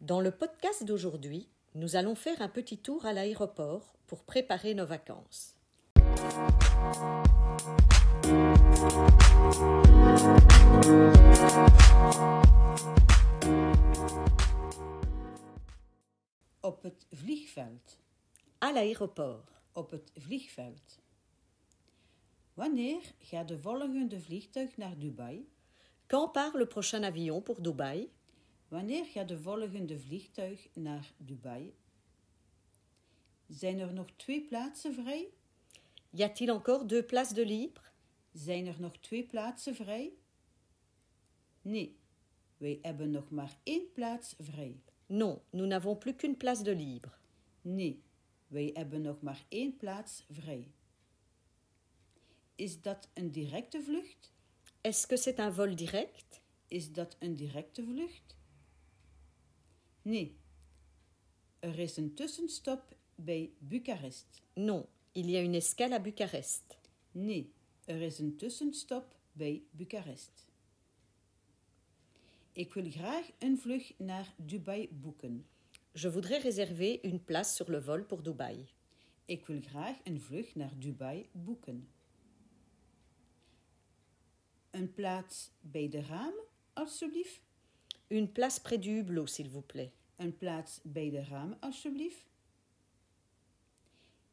Dans le podcast d'aujourd'hui, nous allons faire un petit tour à l'aéroport pour préparer nos vacances. Op het vliegveld. À l'aéroport. Op het vliegveld. Wanneer gaat de volgende vliegtuig naar Dubai? Quand part le prochain avion pour Dubaï Wanneer gaat de volgende vliegtuig naar Dubai? Zijn er nog twee plaatsen vrij? Y a-t-il encore deux places de libre Zijn er nog twee plaatsen vrij? Nee, wij hebben nog maar één plaats vrij. Non, nous n'avons plus qu'une place de libre. Nee, wij hebben nog maar één plaats vrij. Is dat een directe vlucht? Est-ce que c'est un vol direct Is dat een directe vlucht? Nee. Er is een tussenstop bij Bucharest. Non, il y a une escale à Bucarest. Nee, er is een tussenstop bij Bucharest. Ik wil graag een vlucht naar Dubai boeken. Je voudrais réserver une place sur le vol pour Dubaï. Ik wil graag een vlucht naar Dubai boeken. Een plaats bij de ramen, alstublieft. Une place près du hublot, s'il vous plaît. Een plaats bij de ramen, alstublieft.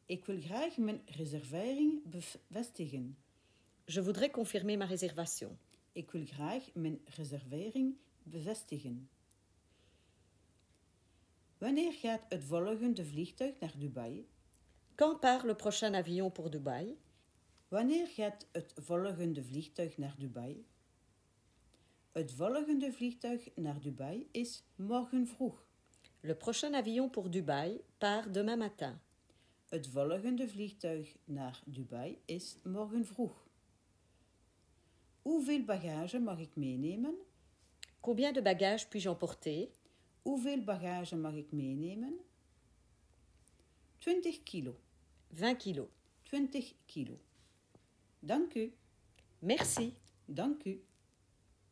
Ik wil graag mijn reservering bevestigen. Je voudrais confirmer ma réservation. Ik wil graag mijn reservering bevestigen. Wanneer gaat het volgende vliegtuig naar Dubai? Quand part le prochain avion pour Dubaï Wanneer gaat het volgende vliegtuig naar Dubai? Het volgende vliegtuig naar Dubai is morgen vroeg. Le prochain avion pour Dubaï part demain matin. Het volgende vliegtuig naar Dubai is morgen vroeg. Hoeveel bagage mag ik meenemen? Combien de bagages puis-je emporter Hoeveel bagage mag ik meenemen? 20 kilo. 20 kilos. 20 kilo. Dank u, Merci. dank u.